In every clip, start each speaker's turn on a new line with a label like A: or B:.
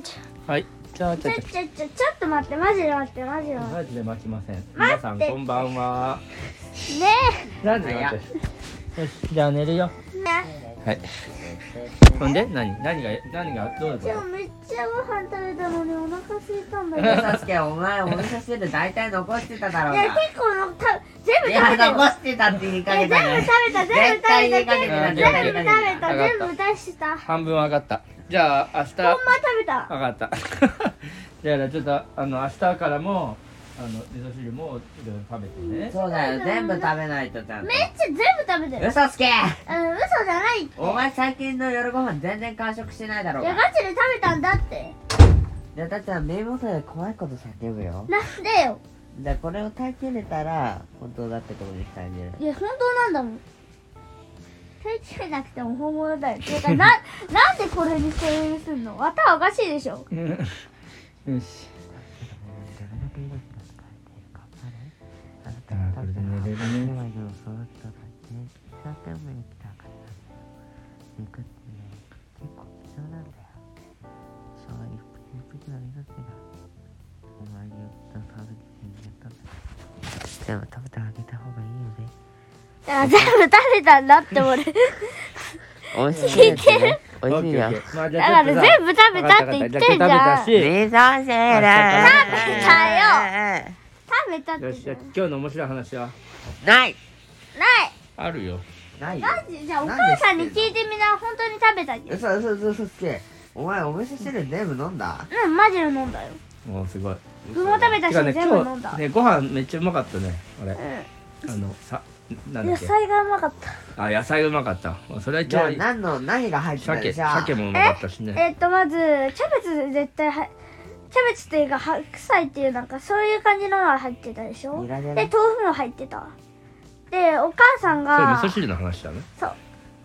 A: ち
B: はい。じゃあ、ち
A: ょ
B: ゃ
A: ち
B: ち
A: ょ
B: ゃ。
A: ちょちょちょっと待ってマジで待ってマジで待っ
B: マジで巻きません。
A: 待
B: 皆
A: って
B: さん、こんばんは。
A: てね
B: ラジオよし、じゃあ寝るよ。
A: えね
B: はい。ほんで、何、何が、何が、どう
A: 今
B: ぞ
A: 日。めっちゃご飯食べたのにお腹空いたんだけ どい
C: サスケお前お味噌汁大体残してただろう
A: や
C: が
A: 結構のた全部食べ
C: いや
A: たよ
C: 残してたって言いか
A: え
C: け
A: 全
C: た
A: 部食
C: ね
A: べた全部食べた
C: 絶対言いかけて
A: 全
B: た
A: 部食べた全部出したほんま
B: 半分上がった。じゃあ、明日。わ
A: 食べた
B: かった。じゃあ、ちょっと、あの、明日からも。あの、味噌汁も、いろいろ食べてね。
C: そうだよ全部食べないとちゃんと
A: めっちゃ全部食べて
C: う
A: る
C: さす
A: う
C: け
A: ん嘘じゃないって
C: お前最近の夜ご飯全然完食してないだろう
A: いや
C: が
A: ガチで食べたんだって
C: いやだって目元で怖いこと叫ぶよ
A: なんでよ
C: でこれを耐えきれたら本当だってことに感じる
A: いや本当なんだもん耐えきれなくても本物だよてかななんでこれに声援すんの 頭おかしいでしょ
B: よし。あーこれで寝れるね。
C: でも食べてあげた方がいいよね。
A: だから全部食べたんだって俺 だ
C: おいしいです
A: 聞いて
C: ね。おいしいよ。
B: まあ、じゃ
A: か
B: あ
A: ら
B: ちょっとさ、
A: 全部食べたって言ってんじゃん
B: わかったじゃあ今日食べたし
C: 味噌汁。食べ
A: た
C: よ。
A: 食べたって
B: よし、じゃあ、今日の面白い話は。
C: な
A: な
C: い。
A: い
B: あるよ。
C: ないよ。
A: マジじゃあお母さんに聞いてみな本当に食べたけど
C: 嘘嘘嘘嘘つけ。お前お味噌汁全部飲んだ。
A: うんマジで飲んだよ
B: もうすごい。
A: 具も食べた
B: て
A: し
B: かね、
A: 全部飲ん
B: 今
A: だ、
B: 日、ね、ご飯めっちゃうまかったね。俺、
A: う
B: あの、さ、なん
A: ん
B: だ
A: 野
B: っけ。
A: 菜がうまかった
B: あ、野菜うまかった。それは
C: じゃ
B: 今
C: あ
B: 日、
C: 何の何が入ってた
B: 鮭、
C: でしょう。
B: 鮭もうまかったしね。
A: えっとまずキャベツ絶対はキャベツっていうか白菜っていうなんかそういう感じのが入ってたでしょ
C: ニ
A: で
C: ラじゃない
A: 豆腐も入ってたでお母さん
B: それ味
A: が
B: 噌汁の話だね。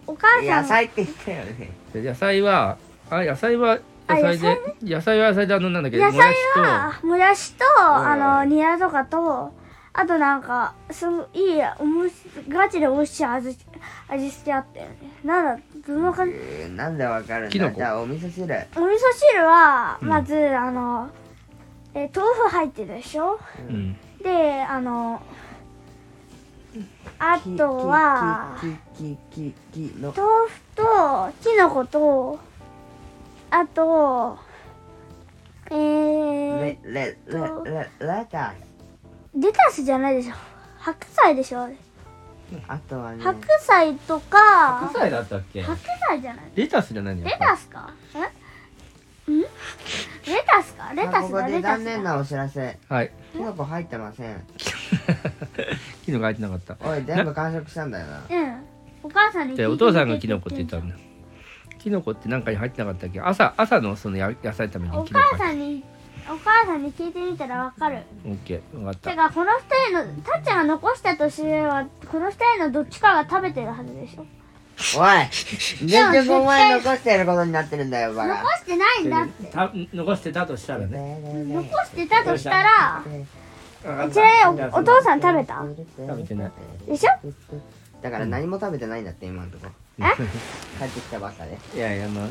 A: お母さ
C: 野
A: ん
C: 菜って言ったよね。
B: で野菜は、あ、野菜は
A: あ
B: 野菜で、野菜は野菜であの、なんだっけ、
A: 野菜はもやしとあ
C: い
A: のニラとかとあとなんかすごいいいおもしガチで美味しい味味付けあったよねなんだどの感じ
C: えーなんでわかるん
B: キノ
C: だ。
B: コ
C: じゃあお味噌汁。
A: お味噌汁は
B: うん
A: まず、あのえー豆腐入ってるでしょ
B: と、うん。
A: であのあとは
C: きききききの
A: 豆腐ときのことあとえー
C: レ、レレレ
A: と
C: レタ
A: レタスじゃないでしょ白菜でしょあれ
C: ス。あとはね。
A: 白菜とか
B: 白菜だったっけ
A: 白菜じゃない
B: レタスじゃないの
A: レタスかえんレタスかレタス
C: ここ
A: だ
C: で
A: レタス
C: 残
A: だ
C: 念なお知らせ。
B: はい。
C: キノコ入ってません。
B: キノコ入ってなかった。
C: おい全部完食したんだよな。
A: うんお母さんに聞いて
B: で、お父さんがキノコって言ったんだ。キノコってなんかに入ってなかったっけ朝、朝のそのや野菜食べに
A: お
B: キノ
A: 母
B: コ入って
A: さんにお母さんに聞いてみたらわかる
B: オッケー、わかった
A: て。かこの二人のたっちゃんが残したとすればこの二人のどっちかが食べてるはずでしょ
C: おい。全局お前残してることになってるんだよバ
A: 残
C: カ。
A: してないんだって
B: た残してたとしたらね。
A: 残
C: 残
A: してたとしたら
B: あ
A: ちなみにおお父さん食べた
B: 食べてない。
A: でしょ
C: だから何も食べてないんだって今のとこ
A: え
C: 帰ってきたばっかで
B: いやいや、ま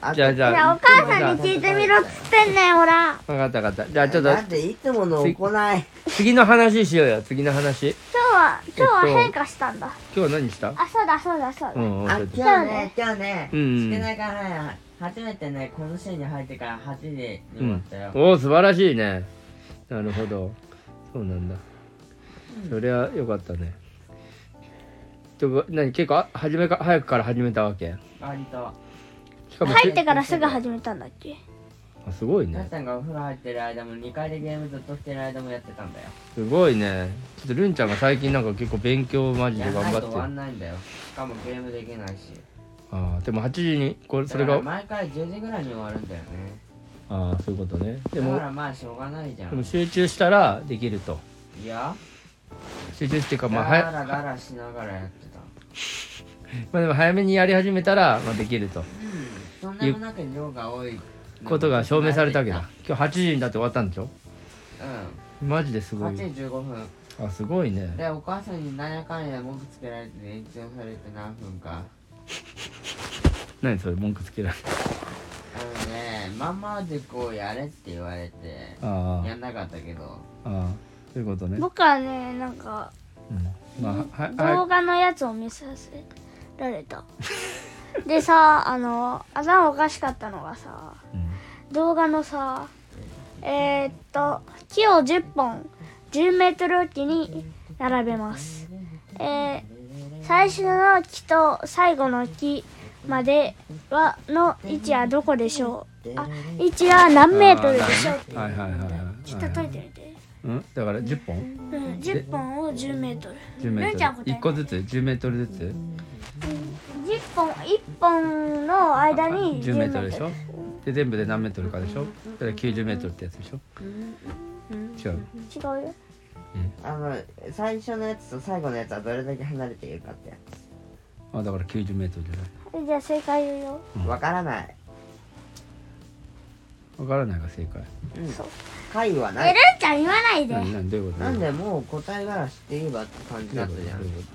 C: あ
B: あ。
C: と
B: じゃあ、じ
A: じゃ
B: ゃ
A: あ
B: あ
A: お、母さんに聞いてみろっつってんねんほら
B: わかったわかった。じゃあ、ちょっ
C: だっ
B: と、
C: ていつもの行い
B: 次の話しようよ、次の話。
A: 今日は今
B: えっ
A: 日
B: と
A: は変化したんだ
B: 今日は何した
A: あそうだそうだそう
B: う
A: だ
B: ん、忘れ
C: あ今
B: て
C: 日
B: た。
C: ね今日ね
B: うん
C: 少ないからね初めてねこのシーンに入ってから8時に
B: う
C: 終わっ
B: ん
C: たよ、、
B: おお、素晴らしいね。なるほど。そうなんだ。それは良かったね。でも何結構あ初めか早くから始めたわけ
C: 割と
B: しかも
A: 入ってからすぐ始めたんだっけ
B: あすごい
C: なっ
B: ね
C: ちゃんがお風呂入ってる間も2階でゲームずっとしてる間もやってたんだよ
B: すごいねちょっとルンちゃんが最近なんか結構勉強マジで
C: や
B: 頑
C: らな
B: 張
C: いと
B: って
C: 終わんないんだよしかもゲームできないし
B: あーでも8時にこれそれ
C: だ
B: が
C: から毎回10時ぐらいに終わるんだよね
B: ああそういうことねで
C: だ
B: も
C: からまあしょうがないじゃ
B: で
C: ん
B: も集中したらできると
C: いや
B: 集中していうかま
C: ガ
B: あは
C: ラ
B: や、
C: ガラしながらやってた
B: まあ、でも早めにやり始めたら、まあ、できると
C: そんなもなく量が多い
B: ことが証明されたわけだ今日8時にだって終わったんでしょマジです
C: うん
B: ごい
C: 8時15分
B: あすごいね
C: でお母さんになんやかんや文句つけられて延長されて何分か
B: 何それ文句つけられ
C: あのねママ塾をやれって言われて
B: あ
C: やんなかったけど
B: あああそういうことね、
A: 僕はねなんか
B: うん、まあはは
A: 動画のやつを見させられたでさあの頭おかしかったのがさ
B: うん
A: 動画のさえー、っと木を10本10メートルおきに並べますえー、最初の木と最後の木まではの位置はどこでしょうあ位置は何メートルでしょうって
B: はいはいはいはい
A: ちょっと解いてみて、
B: うん、だから10本
A: うん、10本を10メートル
B: 10メ
A: ルンちゃん
B: ー
A: 答
B: トル
A: え
B: 1個ずつ10メートルずつ
A: 10本1本の間に
B: 10メートルでしょ
A: 10
B: で全部で何メートルかでしょだから90メートルってやつでしょ違う
A: 違うよ
C: あの最初のやつと最後のやつはどれだけ離れているかってや
B: あだから90メートルじゃない
A: じゃあ正解言うよ、
C: つわからない
B: わからないが正解
C: うん
A: そう
C: 解は
A: え
C: な
A: ル
C: い
A: ンちゃん言わないで
B: 何何どういうこと
C: なんでもう答えなら知っていえばって感じ
B: どうい
C: だ
B: う
C: っ
B: こと
C: たじゃん
B: どういうこ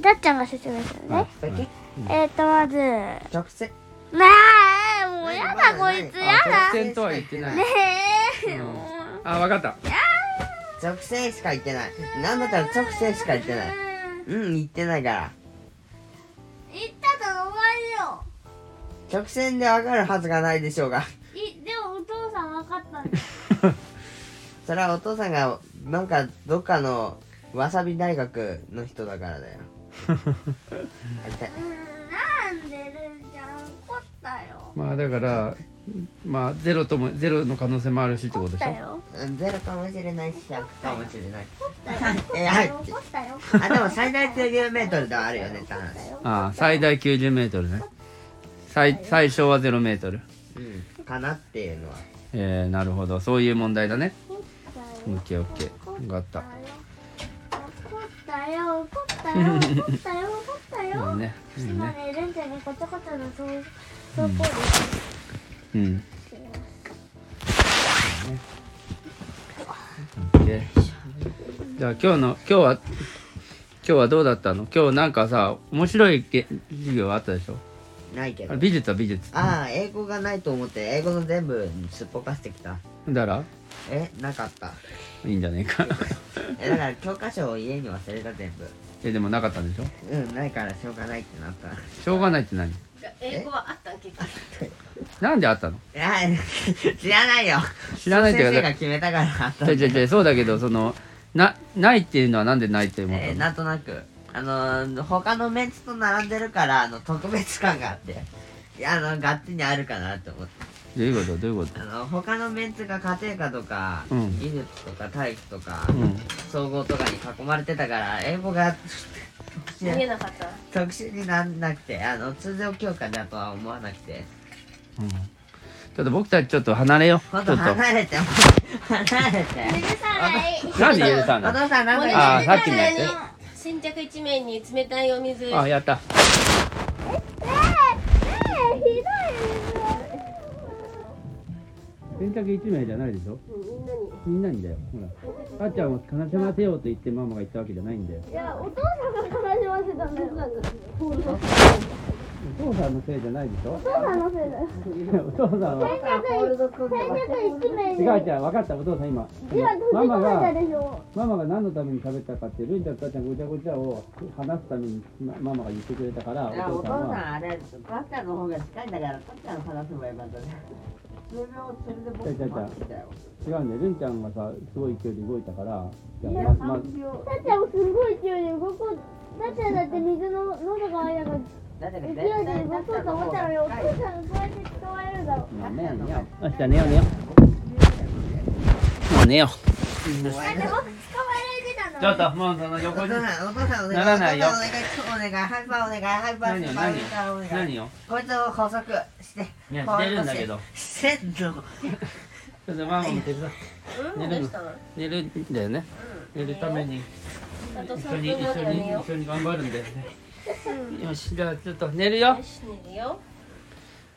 A: だっちゃんが説明するね、
B: はい
C: だけ
A: えー、っとまずな
C: 直接
A: あもうやだこいつ
B: と
A: や
B: あ
A: だ
B: 直線とは言ってない
A: ねえ、
B: うん
A: もう
B: あわかった
C: 直線しか言ってないなんだったら直線しか言ってないうん言ってないから
A: 言ったと思えよ
C: 直線でわかるはずがないでしょうが
A: いでもお父さん分かったんだ
C: それはお父さんがなんかどっかのわさび大学の人だからだ よあ痛い
A: うんなんでルンちゃん怒ったよ
B: まあだからまあゼロともゼロの可能性もあるしってこ
A: 怒
B: と
A: っ
B: でしたょ
A: よ
C: うんゼロかもしれないし100かもしれない
A: 怒っ
C: え
A: た
C: はい
A: よ怒った よ
C: あでも最大90メートルではあるよねって話
B: あ最大90メートルね最最小は0メートル
C: うんかなっていうのは
B: えー、なるほどそういう問題だね
A: 怒った
B: オ
A: よ
B: ッケーオッケー分かった
A: 怒ったよ怒ったよ怒ったよ怒ったよ
B: う
A: 怒ったよ
B: んねうん
A: 今
B: ね
A: ねルンちゃんにこちょこちょの投投稿です
B: うん
A: けど
B: でじゃあ今日の今日は今日はどうだったの今日なんかさ面白いけ授業あったでしょ
C: ないけ
B: あ
C: ど
B: れ美術は美術だ
C: ああ英語がないと思って英語の全部すっぽかしてきた
B: から
C: えなかった
B: いいんじゃない か
C: えだから教科書を家に忘れた全部
B: えでもなかったんでしょ
C: うんないからしょうがないってなった
B: しょうがないって何
D: 英語はあった結局
B: なんであったの
C: いや知らないよ
B: 知らないって
C: 先
B: か
C: 生が決めたからあった
B: じゃじゃじゃそうだけどそのなないっていうのはなんでないって思ったの、
C: えーなんとなくあのー他のメンツと並んでるからあの特別感があっていやあのガッツにあるかなって思って
B: どういうことどういうこ
C: あの他のメンツが家庭科とか、
B: うん
C: 技術とか体育とか、
B: とうん
C: 総合とかに囲まれてたから英語が特
D: 見え
C: 殊
D: なかった
C: 特殊になんなくてあの通常教科だとは思わなくて
B: うんちょっと僕たちちょっと離れようちょ
C: ほん
B: っ
C: と
B: と
C: 離れて離れて
A: 許さない
B: なんで許さ
C: お
B: ない
C: 父さんなんだ
B: あ
C: か
B: ーさっきのやつね
D: 先着一名に冷たいお水
B: あやった
A: ねえねえひ
B: 洗濯一名じゃないでしょ
D: みんなに
B: みんなにだよほらあっちゃんを悲しませようと言ってママが言ったわけじゃないんだよ
A: どいじゃあお父さんが悲しませたんだよ
B: お父さんのせいじゃないでしょ
A: お父さんのせいだよ
B: お父さんは
A: 先着1名
B: 違う
A: で
B: 違う分かったお父さん今
A: 今閉
B: マ
A: じ
B: マ
A: 込め
B: が
A: たでしょ
B: ママが何のために喋ったかってルンちゃんとタちゃんごちゃごちゃを話すためにまママが言ってくれたからお
E: いやお
B: 父
E: 父
B: さ
E: さ
B: ん
E: ん
B: は
E: あれタッちゃんの方が近いんだからタッちゃんの話せばよかったねそれをそれで僕
B: ちゃちゃちゃ
E: 待ってたよ
B: 違うんだよルンちゃんがさすごい勢いで動いたからじゃあ
E: いや
B: まま
E: 3秒
A: だっちゃんもすごい勢いで動こうだっちゃんだって水の喉が開いたから
E: だって
A: 勢い
E: 絶
A: で
E: 対
A: 動こうと思ったのにお父さんがこうやって捕まえるだろ
B: まあねえようよしじゃあ寝よう寝ようもう寝よ
A: だって僕
B: う
A: 捕まえられてたの
B: ちょっともうその
C: お
B: 横
C: 父
B: に
C: さんお父さんお願い
B: ならないよ
C: お父さんお願いお願いハイパーお願いハイパー
B: 何よ何よ
C: ハイパーお願い
B: 何よ
C: こいつを補足して
B: いや寝るんだけど
C: せんの
B: ちょっとママも手伝う
D: うんどうしたの
B: 寝るんだよね寝るために
D: あと
B: 一緒
D: 3
B: に一
D: 分後
B: 緒
D: には
B: に
D: 寝よ
B: 一緒に頑張るんだよねよしじゃあちょっと寝るよ
D: うよし寝るよ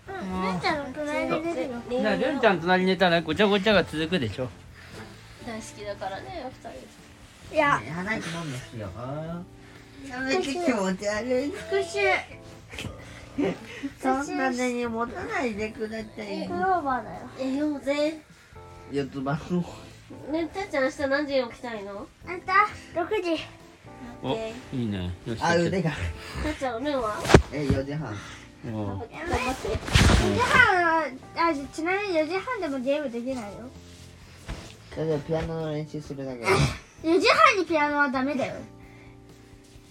A: うんだっちゃんの隣で出てるよ
D: 寝
B: じゃあ
D: る
B: ル
D: よ
B: ンちゃん隣に寝たらごちゃごちゃが続くでしょ
D: 大好きだからねお二人
A: いや
C: やらないと思うんですよやめて気持ち悪い
A: 復讐
C: そんな根に持たないでください
A: クローバーだよ
D: えようぜ
C: 四つ葉の
D: ねてっちゃん明日何時に起きたいの
A: あんた6時
B: おいいねよし
C: あ腕が
D: てっちゃんおるんは
C: え4時半
B: おう
D: 頑張って
A: 4時半はあちなみに4時半でもゲームできないよ
C: それでピアノの練習するだけ
A: 4時半にピアノはダメだよ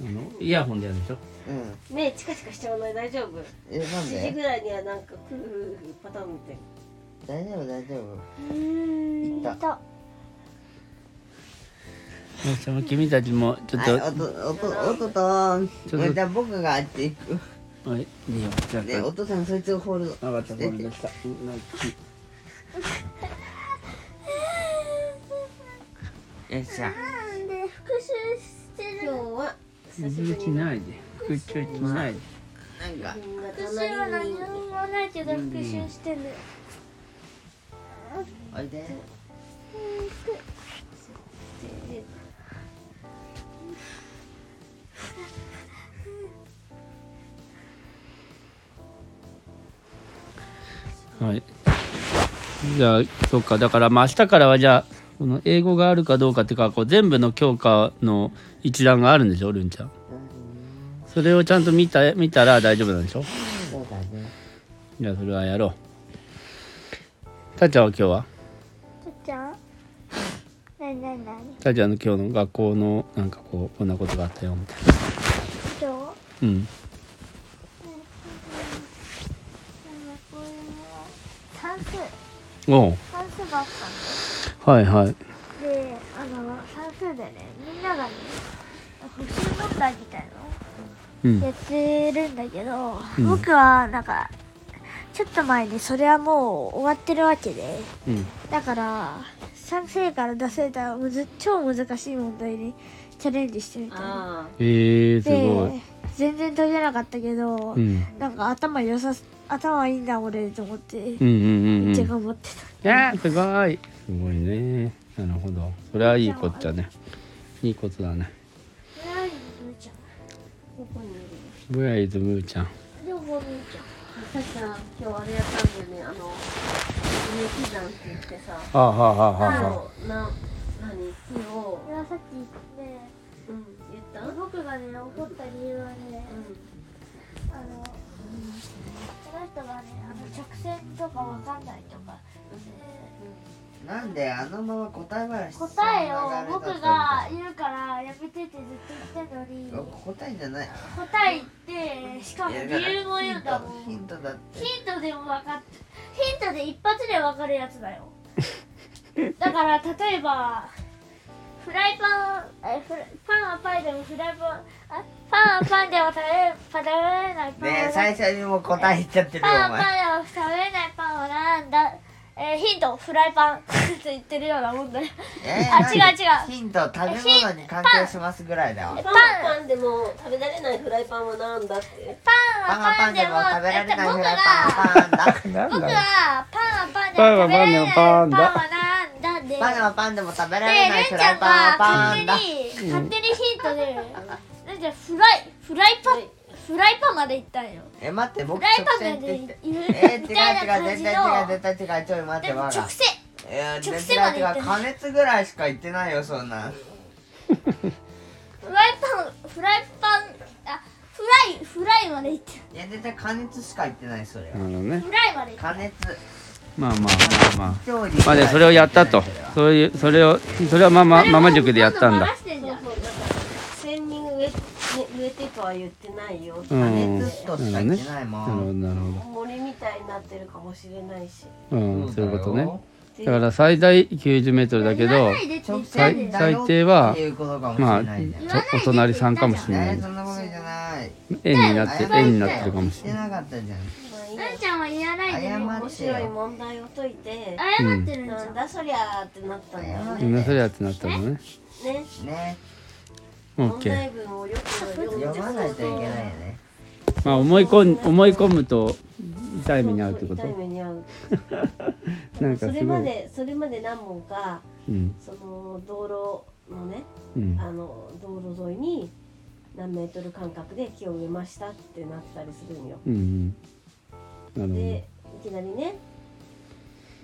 B: あのイヤホンでやるんでしょ
C: うん
D: 目チカチカしちゃわない大丈夫
C: えなん
D: 7時
C: で
D: ぐらいにはなんかクルフルパターンみたいな
C: 大丈夫大丈夫
A: うーん
C: 行っ
A: と
B: よしもう君たちもちょっ
C: はい
B: と
C: 音音音と
B: ちょっと
C: じゃあ僕があっち行く
B: はいいいよじゃあ
C: ねお父さんそいつをホールド
B: 分かったごめんなさいうんなんか
C: よっしゃ
A: なんで復習して
D: 今日は久しぶ
B: 続
D: り
B: き
D: に
B: ないで空調しないで
C: なんか
D: みんな
A: 復習は
D: 隣
A: 何
D: に
A: もないけど復習してんだよ
C: おいで
B: はいじゃあそうかだからまあ明日からはじゃあこの英語があるかどうかっていうかこう全部の教科の一覧があるんでしょルンちゃんそれをちゃんと見た見たら大丈夫なんでしょ
C: そうだね
B: じゃあそれはやろうたっちゃんは今日は
A: とっちゃんなになになに
B: たっちゃんの今日の学校のなんかこうこんなことがあったよみたいな
A: 今日
B: うん
A: 算数
B: おう
A: 算数があったんだ
B: はいはい
A: であの算数でねみんながね補習問題みたい
B: うん
A: のやってるんだけど、
B: うん
A: 僕はなんかちょっと前にそれはもう終わってるわけで
B: うん
A: だから算数から出せたむず超難しい問題にチャレンジしてみたの
D: ああ
B: えー、すご
A: で
B: い
A: 全然解けなかったけど、
B: うん
A: なんか頭良さ頭いいんだ俺と思って、
B: うんうんうんう
A: めっちゃ
B: ん
A: 頑張ってた。
B: あーすごいすごいねなるほどそれはいいこっちゃねいいことだね
D: ここにいる
B: ブヤイズムーちゃん
A: 両方見ちゃ
D: さっきさ今日あれやったんだよねあの抜き算って言ってさ
B: はあはあはあ
D: あのな何木を
A: う。いやさっきね
D: うん言ったうん
A: 僕がね怒った理由はねあのその人がねあの直線とかわかんないとか、
C: なんであのまま答え話
A: 答えを僕が言うからやめてってずっと言ってんのに
C: 答えじゃない
A: 答えってしかも理由も言うんだもん
C: ヒ
A: ヒ
C: ントだって
A: ントでも分かってヒントで一発で分かるやつだ よだから例えばフライパンえフラパンはパイでもフライパンあパンはパンでも食べ食べられないパンは
C: ねえ最初にもう答え言っちゃってるよ
A: パ
C: お
A: ン
C: 前
A: パンを食べれないパンはなんだ、えーヒントフライパン って言ってるようなもんだよ
C: え
A: あ違う
C: なんで
A: 違う
C: ヒント食べ物に関係しますぐらいだよ
D: パンはパンでも食べられないフライパンはなんだって
A: パ
C: パ
A: ンは
C: ンは
A: パ
C: パ
A: ン
C: ン
A: で
C: で
A: も
C: も食べられないフラ
A: え
C: イ
A: っと
C: パンはパンだ
B: なん
A: 僕は
B: だ
A: 僕はパンはパンでも食べられないパンはなんだで
C: パンはパンでも食べら
A: で
C: れない
A: レ
C: フ
A: ンちゃ
C: ラ
A: ん
C: イ
A: が
C: パンはパ
A: 勝手
C: ンだ
A: に勝手にヒントで レンちゃんフライフライパンフライパンまで行ったんよ
C: え待って
A: フ
C: 僕
A: ライ
C: 直
A: パン
C: 線っ
A: ま
C: て
A: で
C: 言っ
A: 行
C: て
A: くみ
C: えー、違う
A: たいな
C: 違う絶
A: 感じの
C: 対違う絶対違うちょい待っ
A: で
C: て
A: も
C: わ
A: 直
C: が
A: 線
C: いや
A: 直
C: 絶
A: 線ま
C: 対
A: で
C: 違
A: 言って
C: う加熱ぐらいしか言ってないよそんなん
A: フライパンフライパンあフライフライまで行った
C: いや絶対加熱しか言ってないそれ
B: なる
C: は
B: ほどね
A: フライまで行った
C: 加熱
B: まあまあまあまあ
C: 調理
B: まあでそれをやったとそういうそれをそれはママママ塾でやったんだ
A: それも
D: そうそうなんか1000人植え植えてとは言ってないよ
B: う
C: 加
B: んなる
C: 熱
B: ほ
C: と
B: ど
C: しか
B: ねな
C: 言っ
B: る
C: てないも
B: ほど
C: ん
B: なるほ
D: 森みたいになってるかもしれないし
B: どうんそういうことね
D: で
B: だから最大90メートルだけど
C: 直
B: 最
C: 線だよ
B: 最低は
C: っていうことかもし
B: まあ
C: れないね、
B: ちょお隣さんかもしれな
C: え
B: い
C: ーそんなことじゃない
B: 円になって
C: 謝
B: 円になってるかもしれ
C: 言
B: ない
C: ってなかったじゃん
D: まあいいよ
A: なんちゃんは言わないでね
C: 謝
D: 面
C: って
D: 白い
C: よ
D: 問題を解いて
A: 謝ってるんじゃ
D: なん
A: ん
D: だそりゃーってなったんだよね
B: みんなそれやってなったのね
D: ね
C: ね
D: 問
B: OK
D: 題文をよく読
C: 読
D: んで
C: まないといけないよね
B: まあ思い込ん思い込むと痛い目に遭うってこ
D: 痛い
B: と
D: 目に遭う
B: なんかす
D: そ
B: ごい
D: れまでそれまで何問か
B: うん
D: その道路のね
B: うん
D: あの道路沿いに何メートル間隔で木を植えましたってなったりするんよ
B: うんうんなるほど
D: でいきなりね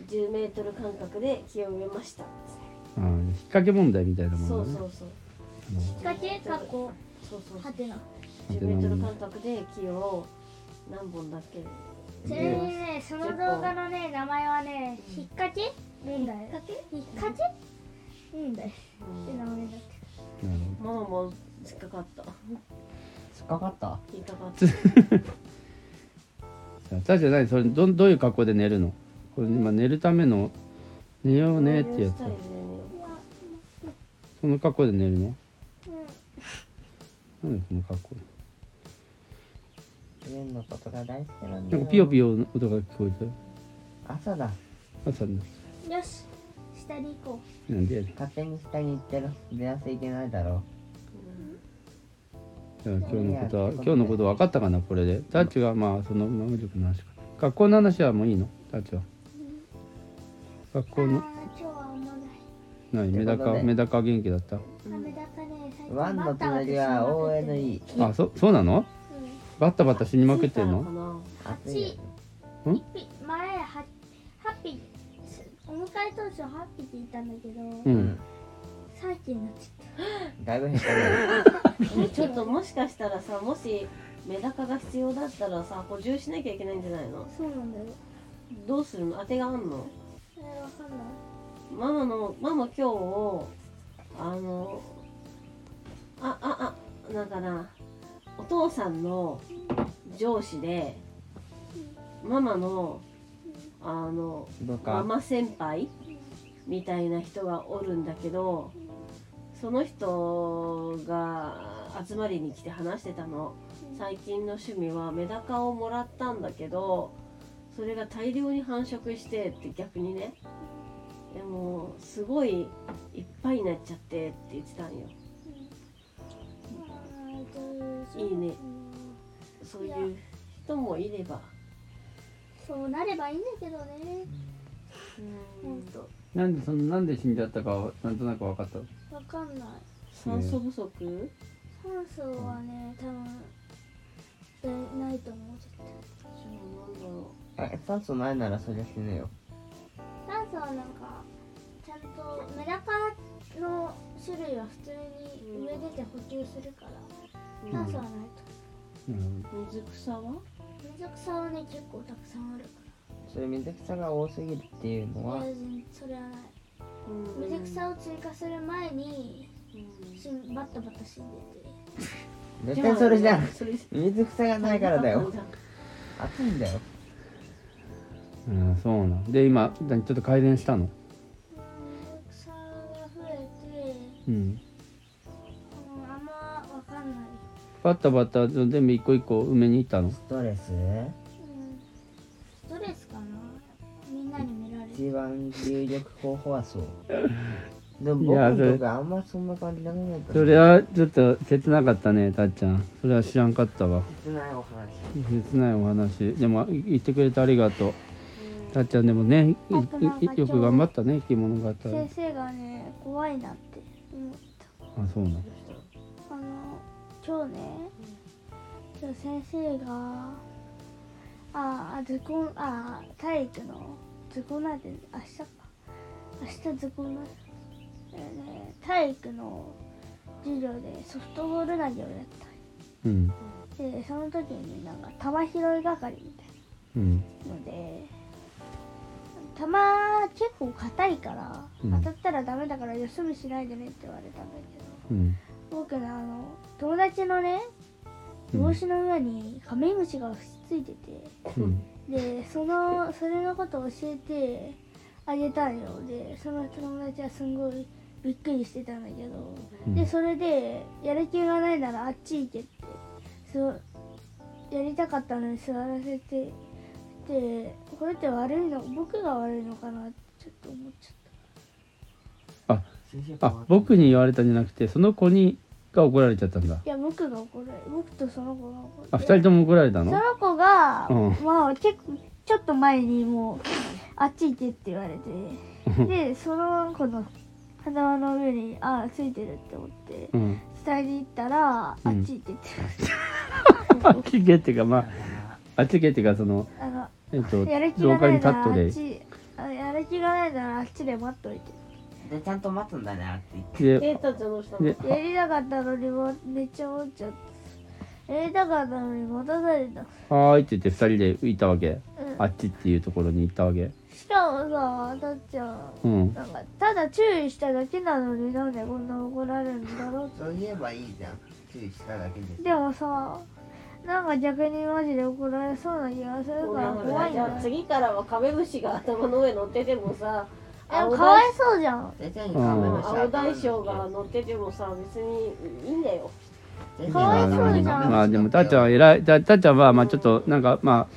D: 10メートル間隔で木を植えました
B: あー引っ掛け問題みたいなも
D: そ
B: の
D: う
B: だね
D: そうそう
A: かけかっこ
D: そうそう
A: はてな
B: なん
D: 10
B: て
D: メ
B: な
D: ート
B: も
D: ル
B: んだ
D: 間隔で木を何本だっけ
A: ちなみにねその動画のね名前はね引っ掛けなんだよ引っ掛けなんだよって名前だって
B: なるほど
D: ママも引っかかった
E: 突っかかった
D: 引っかかった
B: た じゃないそれどどういう格好で寝るのこれ今寝るための寝ようねってやつ
D: そういうスタイルでね
B: その格好で寝るのなんでその格好
E: ユンのことが大好きなん
B: なんかピヨピヨの音が聞こえてる
E: 朝だ
B: 朝に
A: よし下に行こ
B: なんでやる
E: 勝手に下に行ってる出やすいけないだろ
B: じゃあ今日のことは今日のこと分かったかなこれでタッチがまあそのまあ無力の話かな学校の話はもういいのタッチは学
A: う
B: 校の
A: あー今日はあんまない
B: 何メ
E: とい
B: ダ
E: うこ
B: カ
E: とで
B: メダカ元気だった
A: あメダカね最
E: ワンの隣は ONE
B: あそそうなのバッタバタ死にまくってん
D: ついた
B: の
D: のかな
A: 8
E: 暑いよ
A: 一匹前はハッピーお迎え当初ハッピーって言ったんだけど、
B: う
E: うんん
A: サーキーになっちゃっ
E: だいぶ減ったね
D: ねちょっともしかしたらさもしメダカが必要だったらさ補充しなきゃいけないんじゃないの
A: たそうなんだよ
D: どうするの当てがあんの
A: えー、わかんない
D: ママのママ今日あのあああなんかなお父さんの上司でママのあの
E: どう
D: マ
E: か
D: マ先輩みたいな人がおるんだけどその人が集まりに来て話してたの最近の趣味はメダカをもらったんだけどそれが大量に繁殖してって逆にねでもすごいいっぱいになっちゃってって言ってたんよいいねそういう人もいれば
A: そうなればいいんだけどね
D: うん
A: 本当
B: なんでそのなんで死んじゃったかはなんとなく分かったの
A: わかんない
D: 酸素不足、
A: 酸素はね多分でないと思う絶対
D: じゃあなんだろ
E: え酸素ないならそりゃ死ぬよ
A: 酸素はなんかちゃんとメダカの種類は普通に植え出て補給するから
D: う
A: 酸素はない
B: なるほど
D: 水草は
A: と水草はね結構たくさんあるか
E: それ水草が多すぎるっていうの
A: ら
E: は
A: 全然それはない
D: うん
A: 水草を追加する前に
D: うん
A: しんバッタバタ死んでて
E: 絶対それじゃん
D: それ
E: 水草がないからだよ暑いんだよ
B: うん、そうなんで今何ちょっと改善したの、
A: 水草が増えて
B: うん、
A: うんあんまわかんない
B: バッタバッタ全部一個一個埋めに行ったの
E: ストレス
A: うんストレスかなみんなに見られる
E: 一番有力候補はそう でも
B: いや
E: 僕
B: それ
E: のとこあんまそんな感じなくなった
B: それはちょっと切なかったねたっちゃんそれは知らんかったわ
E: 切ないお話
B: 切ないお話でもい言ってくれてありがとうたっちゃんでもねいい
A: あとなんか
B: よく頑張ったね生き物語あ
A: 先生がね怖いなって思った
B: そうなん
A: あの今日ね今日先生がああ図工あ体育の図工なんて明日か明日図工なんえーね体育の授業でソフトボール投げをやっ
B: うん
A: たでその時になんか球拾い係みたいな
B: うん
A: ので玉結構硬いから
B: うん
A: 当たったらダメだからよそ見しないでねって言われたんだけど、
B: うん
A: 僕のあの友達のね
B: うん
A: 帽子の上にカメムシがついて
B: うん
A: てでそのそれのことを教えてあげたんよでその友達はすんごいびっくりしてたんだけど、
B: うん
A: でそれでやる気がないならあっち行けってそうやりたかったのに座らせてでこれって悪いの僕が悪いのかなってちょっと思っちゃっ
B: ああ僕に言われたんじゃなくてその子にが怒られちゃったんだ
A: たいや僕が怒る僕とその子が怒る
B: あ二人とも怒られた
A: そ
B: の
A: の子が、
B: うん
A: まあ結構ちょっと前にもうあっち行けって言われてでその子の頭の上にあついてるって思って
B: うん。
A: 下に行ったら、
B: うん
A: あっち行ってて
B: あっち行けっていうか、まあ、あっち行けっていうか、その、
A: あの
B: えっと、
A: やる気が
B: 廊下
A: な
B: に
A: い
B: 立
A: なら
B: っ
A: あ
B: と
A: っ
B: で、
A: ちあやる気がないならあっちで待っとい
E: でちゃんと待つんだねあって言って
B: で、
D: ケイタちゃんどうしたの
B: で
A: てやりたかったのにもめっちゃ思っちゃったやりたかったのに待たされた
B: はーいって言って二人で浮いたわけ。
A: うん
B: あっちっていうところに行ったわけ。
A: しかもさたっちゃん
B: うん。
A: なんかただ注意しただけなのになんでこんな怒られるんだろう
C: そう言えばいいじゃん注意しただけで
A: でもさなんか逆にマジで怒られそうな気がするから怖いん
D: じ
A: だ
D: ゃあ
A: よ
D: 次からはカメムシが頭の上乗っててもさ
A: でも
D: 青
A: かわ
D: 大
A: いそうじゃん
C: 先生にカメムシ
D: 青大将が乗っててもさ別にいいんだよ
A: かわいそうじゃん
B: まあでも、たっちゃんは偉い、たたっちゃんは、まあちょっと、なんか、ま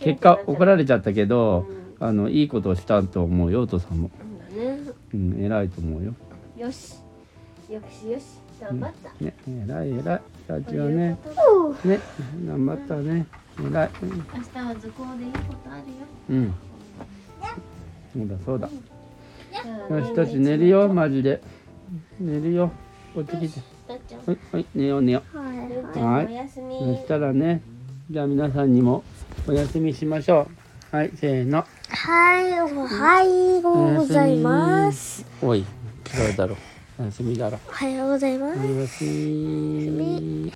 B: あ、結果怒られちゃったけど、あの、いいことをしたと思うよ、お父さんも。
D: ね
B: うん、偉いと思うよ。
D: よしよしよし頑張った、
B: ね、偉い偉い。社長ね。
A: うん
B: ね、頑張ったね。偉い。
F: 明日は図工でいいことあるよ。
B: うん。そうだそうだ。
F: じゃあ
B: よ
F: ね
B: し、とし寝るよ、マジで。寝るよ。こっち来て。
F: たっちゃん。
B: はい、はい、寝よう寝よ
A: はい
F: たっちゃん
B: はい
F: おやすみ。
B: う。そしたらね、じゃあ皆さんにもお休みしましょう。はい、せーの。
A: はい、おはようございます。
B: おい、どうだろう。お休みだろ。
A: おはようございます
B: お。やすみ。